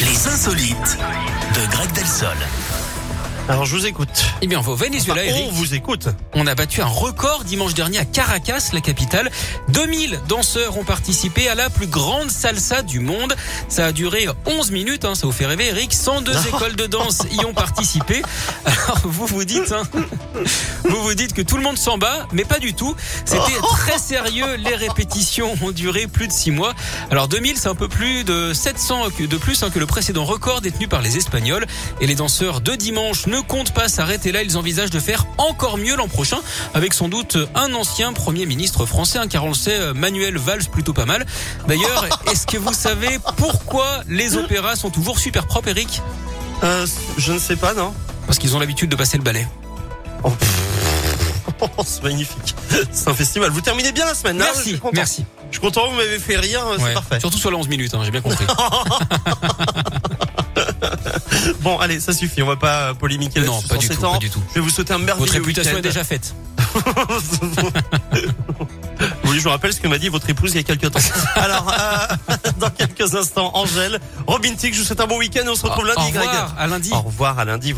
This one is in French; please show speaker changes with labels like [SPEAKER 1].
[SPEAKER 1] Les insolites de Greg Delsol.
[SPEAKER 2] Alors je vous écoute.
[SPEAKER 3] Eh bien, on va au Venezuela,
[SPEAKER 2] Enfin,
[SPEAKER 3] Eric.
[SPEAKER 2] on vous écoute.
[SPEAKER 3] On a battu un record dimanche dernier à Caracas, la capitale. 2000 danseurs ont participé à la plus grande salsa du monde. Ça a duré 11 minutes, hein, ça vous fait rêver, Eric. 102 écoles de danse y ont participé. Alors, vous vous dites, hein, vous vous dites que tout le monde s'en bat, mais pas du tout. C'était
[SPEAKER 2] Oh.
[SPEAKER 3] très sérieux. Les répétitions ont duré plus de 6 mois. Alors, 2000, c'est un peu plus de 700 que- de plus hein, que le précédent record détenu par les Espagnols. Et les danseurs de dimanche ne comptent pas s'arrêter là. Ils envisagent de faire encore mieux l'an prochain avec sans doute un ancien Premier ministre français, hein, car on le sait, euh, Manuel Valls plutôt pas mal. D'ailleurs, est-ce que vous savez pourquoi les opéras sont toujours super propres, Eric
[SPEAKER 2] Euh, je ne sais pas, non
[SPEAKER 3] Parce qu'ils ont l'habitude de passer le balai.
[SPEAKER 2] Oh, pff. C'est magnifique. C'est un festival. Vous terminez bien la semaine. hein je suis
[SPEAKER 3] Merci,
[SPEAKER 2] content.
[SPEAKER 3] merci.
[SPEAKER 2] Je suis content, vous m'avez fait rire, euh, c'est
[SPEAKER 3] Ouais.
[SPEAKER 2] parfait.
[SPEAKER 3] Surtout sur les 11 minutes, hein, j'ai bien compris.
[SPEAKER 2] Bon, allez, ça suffit, on va pas polémiquer
[SPEAKER 3] Non,
[SPEAKER 2] là-dessus
[SPEAKER 3] pas
[SPEAKER 2] sans
[SPEAKER 3] du tout,
[SPEAKER 2] s'étendre.
[SPEAKER 3] pas du tout.
[SPEAKER 2] Je vais vous souhaiter un merveilleux
[SPEAKER 3] Votre réputation
[SPEAKER 2] week-end.
[SPEAKER 3] est déjà faite.
[SPEAKER 2] oui, je vous rappelle ce que m'a dit votre épouse il y a quelques temps. Alors, euh, dans quelques instants, Angèle, Robin Tick, je vous souhaite un bon week-end et on se retrouve
[SPEAKER 3] Au
[SPEAKER 2] lundi, Greg.
[SPEAKER 3] revoir, à lundi.
[SPEAKER 2] Au revoir, à lundi.